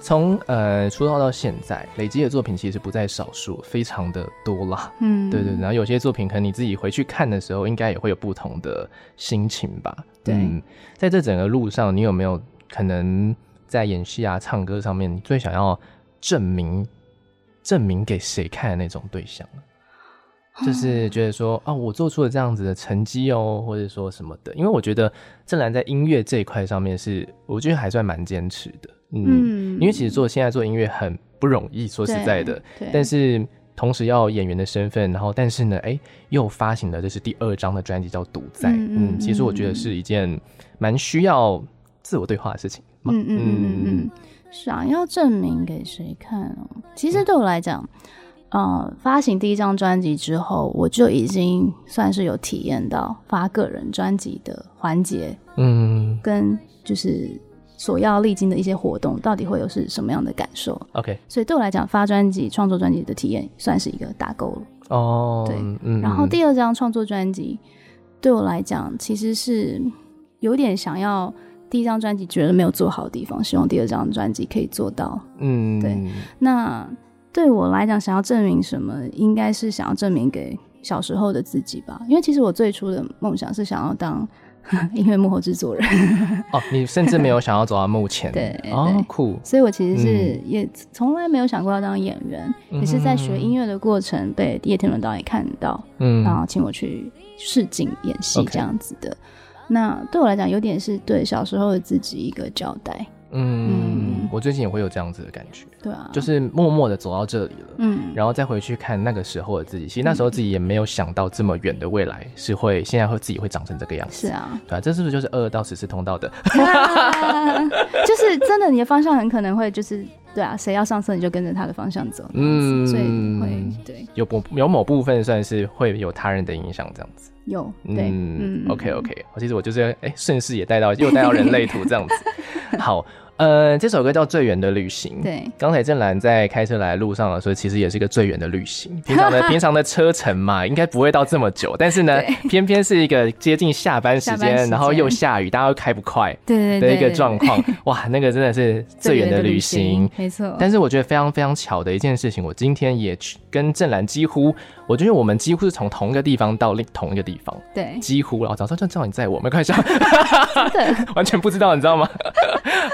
从呃出道到现在，累积的作品其实不在少数，非常的多啦。嗯，对对，对然后有些作品可能你自己回去看的时候，应该也会有不同的心情吧。对嗯，在这整个路上，你有没有可能在演戏啊、唱歌上面，你最想要证明证明给谁看的那种对象啊？哦就是觉得说啊，我做出了这样子的成绩哦，或者说什么的。因为我觉得郑兰在音乐这一块上面是，我觉得还算蛮坚持的。嗯，嗯因为其实做现在做音乐很不容易，说实在的，对，对但是同时要演员的身份，然后但是呢，哎，又发行了这是第二张的专辑叫《独在》，嗯嗯嗯，其实我觉得是一件蛮需要自我对话的事情嘛，嗯嗯嗯嗯嗯，想要证明给谁看哦？其实对我来讲，呃，发行第一张专辑之后，我就已经算是有体验到发个人专辑的环节，嗯跟就是所要历经的一些活动，到底会有是什么样的感受？ ，OK，所以对我来讲，发专辑、创作专辑的体验算是一个打勾了。哦，对嗯，嗯然后第二张创作专辑对我来讲，其实是有点想要第一张专辑觉得没有做好的地方，希望第二张专辑可以做到。嗯，对那对我来讲，想要证明什么，应该是想要证明给小时候的自己吧。因为其实我最初的梦想是想要当 <laughs> 音乐幕后制作人，哦，你甚至没有想要走到幕前，对哦对，酷，所以我其实是也从来没有想过要当演员，也是在学音乐的过程被叶天伦导演看到，嗯然后请我去试镜演戏 OK 这样子的。那对我来讲，有点是对小时候的自己一个交代，嗯嗯，我最近也会有这样子的感觉，对啊，就是默默的走到这里了。嗯，然后再回去看那个时候的自己，其实那时候自己也没有想到这么远的未来是会现在会自己会长成这个样子，是啊， <laughs> 对啊，这是不是就是二到十四通道的？啊就是真的，你的方向很可能会就是对啊，谁要上车你就跟着他的方向走，嗯嗯，所以会对有某有某部分算是会有他人的影响这样子。有对嗯，OK OK，其实我就是哎顺势也带到又带到人类图这样子。好，呃，这首歌叫《最远的旅行》。对，刚才郑兰在开车来的路上的时候，其实也是一个最远的旅行。平 <laughs> 常的平常的车程嘛，应该不会到这么久，但是呢，偏偏是一个接近下班时下班时间，间然后又下雨，大家又开不快对对的对一个状况。哇，那个真的是最远的旅行。，没错，但是我觉得非常非常巧的一件事情，我今天也去跟郑兰几乎，我觉得我们几乎是从同一个地方到另同一个地方，对，几乎了。我早上就知道你在我，没关系啊，对， <laughs> 完全不知道，你知道吗？ <laughs>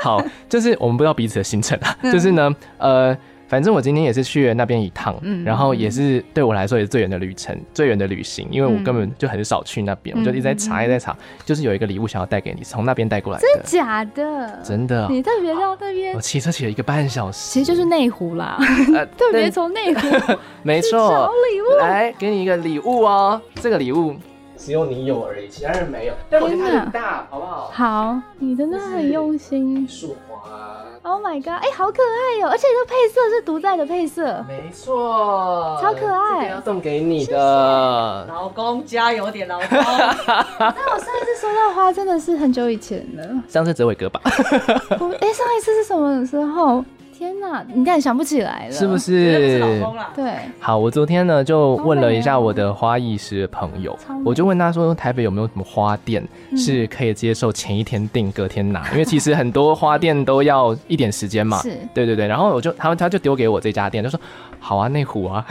好，就是我们不知道彼此的行程啊，嗯就是呢，呃，反正我今天也是去了那边一趟，嗯然后也是对我来说也是最远的旅程，最远的旅行，因为我根本就很少去那嗯边，我就一直在查，一直在查，就是有一个礼物想要带给你，从那边带过来的，假的，真的，你特别到那边我，骑车骑了一个半小时，其实就是内湖啦，呃特别从内湖 <laughs> 没哎找错，礼物。来给你一个礼物哦，这个礼物只有你有而已，其他人没有。但我觉得它很大，好不好？好，你真的很用心。束花， Oh my god！哎、好可爱哟、而且这个配色是独在的配 <laughs> 色，没错，超可爱这个要送给你的。老公加油点，老公。 <laughs> 那我上一次收到花真的是很久以前了。上次哲伟哥吧，我 <laughs> 哎、上一次是什么时候？天哪，你根本想不起来了， <laughs> 是不？绝对是？不是老公啦，对，好，我昨天呢就问了一下我的花艺师的朋友超美，嗯我就问他说台北有没有什么花店是可以接受前一天订隔天拿，因为其实很多花店都要一点时间嘛。 <laughs> 是对对对，然后我就他们他就丢给我这家店，就说好啊，内湖啊，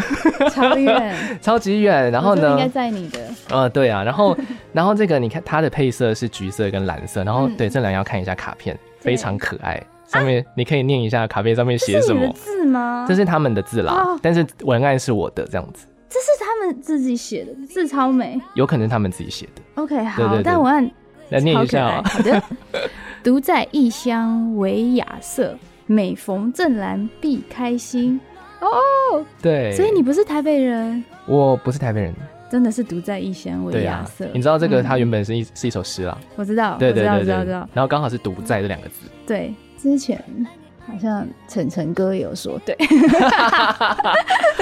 超远。超级远。 <laughs> 然后我觉得应该呢，在你的，呃，对啊，然后 <laughs> 然后这个你看它的配色是橘色跟蓝色，然后嗯对正兰要看一下卡片，对非常可爱。上面你可以念一下卡片上面写是什你的么，字吗？这是他们的字啦哦，但是文案是我的这样子，这是他们自己写的，字超美。有可能他们自己写的。 OK，好，对对对但我按来念一下好啊可爱。好的，独在异乡为雅舍，每逢正蓝必开心。哦，对，所以你不是台北人，我不是台北人，真的是独在异乡为对雅呀舍。，你知道这个嗯它原本是一是一首诗啦，我知道，对对嗯我对对知道，我知道，我知，道。然后刚好是“独在”这两个字，对，之前好像晨晨哥也有说， <laughs> 对，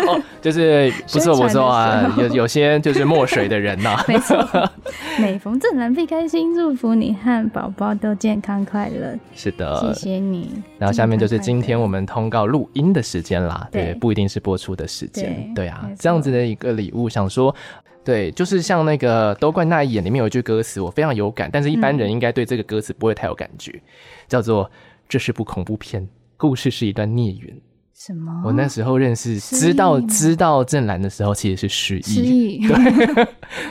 哦，就是不是我说宣传的啊，时候有 <laughs> 有些就是墨水的人 <laughs> 呐，没错。每逢正蓝必开心，祝福你和宝宝都健康快乐，是谢的。谢你。然后下面就是今天我们们通告录音的时间啦，对对，不一定是播出的时间，对对啊没，错这样子的一个礼物，想说，对，就是像那个《都怪那一眼》里面有一句歌词，我非常有感，但是一般人应该对这个歌词不会太有感觉，叫做“这是部恐怖片，故事是一段孽缘”。什么？我那时候认识、失忆知道吗知道郑兰的时候，其实是失忆，失忆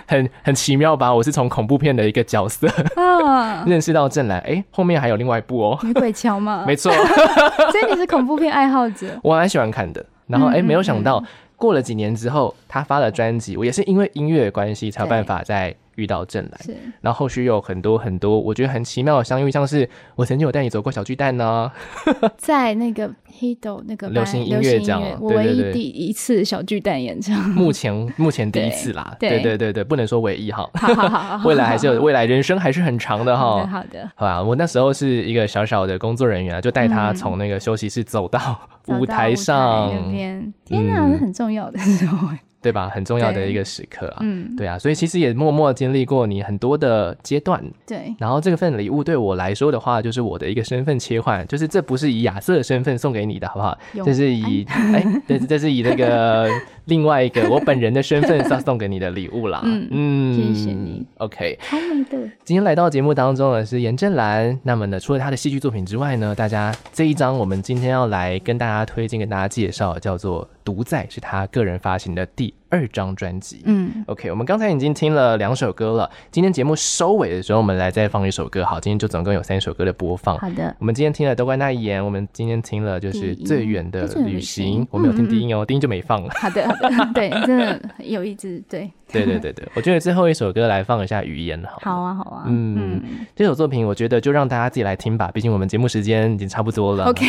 很很奇妙吧？我是从恐怖片的一个角色啊， <laughs> 认识到郑兰，哎、后面还有另外一部哦，女鬼桥 <laughs> 嘛，没错，所以你是恐怖片爱好者我蛮喜欢看的。然后哎、嗯嗯没有想到过了几年之后，他发了专辑，我也是因为音乐的关系才有对办法在遇到正来。是然后后续又有很多很多我觉得很奇妙的相遇，像是我曾经有带你走过小巨蛋呢、啊 <laughs> 在那个 Hido 那个班流行音乐奖流行音乐我对对对唯一第一次小巨蛋演唱， <laughs> 目前目前第一次啦，对对对对对对，不能说唯一哈，好好好，好未来还是有哦未来人生还是很长的好的哈。好的，好吧，我那时候是一个小小的工作人员啊，就带他嗯从那个休息室走到找到舞台上，那边，天哪，嗯那很重要的时 <laughs> 候，对吧？很重要的对一个时刻啊。嗯，对啊，所以其实也默默经历过你很多的阶段，对，然后这份礼物对我来说的话，就是我的一个身份切换，就是这不是以亚瑟的身份送给你的，好不好？永这是以哎，对，这是以那 <laughs> 个另外一个我本人的身份送送给你的礼物啦。嗯嗯谢谢你。 OK，好美的，今天来到节目当中的是严正兰。那么呢，除了她的戏剧作品之外呢，大家这一张我们今天要来跟大家推荐、跟大家介绍，叫做《独在》，是她个人发行的第二张专辑。嗯， OK，我们刚才已经听了两首歌了。今天节目收尾的时候，我们来再放一首歌。好，今天就总共有三首歌的播放。好的，我们今天听了《都怪那一眼》，我们今天听了就是第一最远的最远的旅旅行行，我没有听嗯嗯低音哦，低音就没放了。 <laughs> 好的，好的，对，真的有一支对，对对对对，我觉得最后一首歌来放一下语言好了。好啊，好啊，嗯这首作品我觉得就让大家自己来听吧，毕竟我们节目时间已经差不多了。 OK，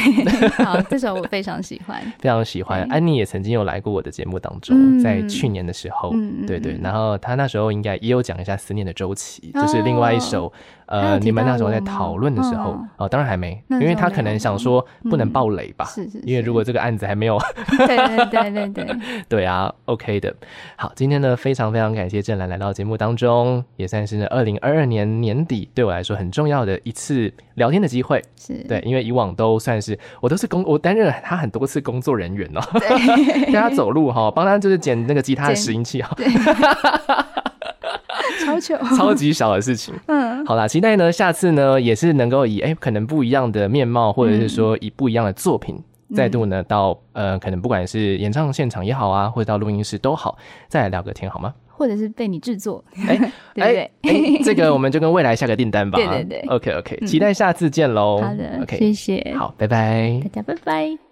好， <laughs> 这首我非常喜欢，非常喜欢对安妮，也曾经有来过我的节目当中，嗯在去年的时候，嗯嗯对对嗯，哦然后她那时候应该也有讲一下《思念的周期》就是另外一首，她呃，有提你们到那时候我在吗讨论的时候，嗯哦，当然还没，那因时候为她可能想说没有不能嗯爆雷吧，是是，啊因为是如果这个案子还没有 <laughs> <laughs> 对对对对对，对啊，OK 的。好，今天呢，非常非常感谢郑兰来到节目当中，也算是呢二零二二年年底对我来说很重要的一次聊天的机会。是，对，因为以往都算是我都是工，我担任了他很多次工作人员哦， <laughs> 对，带他走路哈、帮他就是捡那个吉他的捡拾音器哈、超久，超级小的事情。 <laughs> 嗯，好啦，期待呢下次呢也是能够以哎可能不一样的面貌，或者是嗯说以不一样的作品。再度呢，到呃，可能不管是演唱现场也好啊，或者到录音室都好，再来聊个天好吗？或者是被你制作，哎 <laughs> 对不对？哎哎这个我们就跟未来下个订单吧。 <laughs> 对对对，OK OK，嗯期待下次见喽。好的，哦，OK，谢谢，好，拜拜大。家拜拜。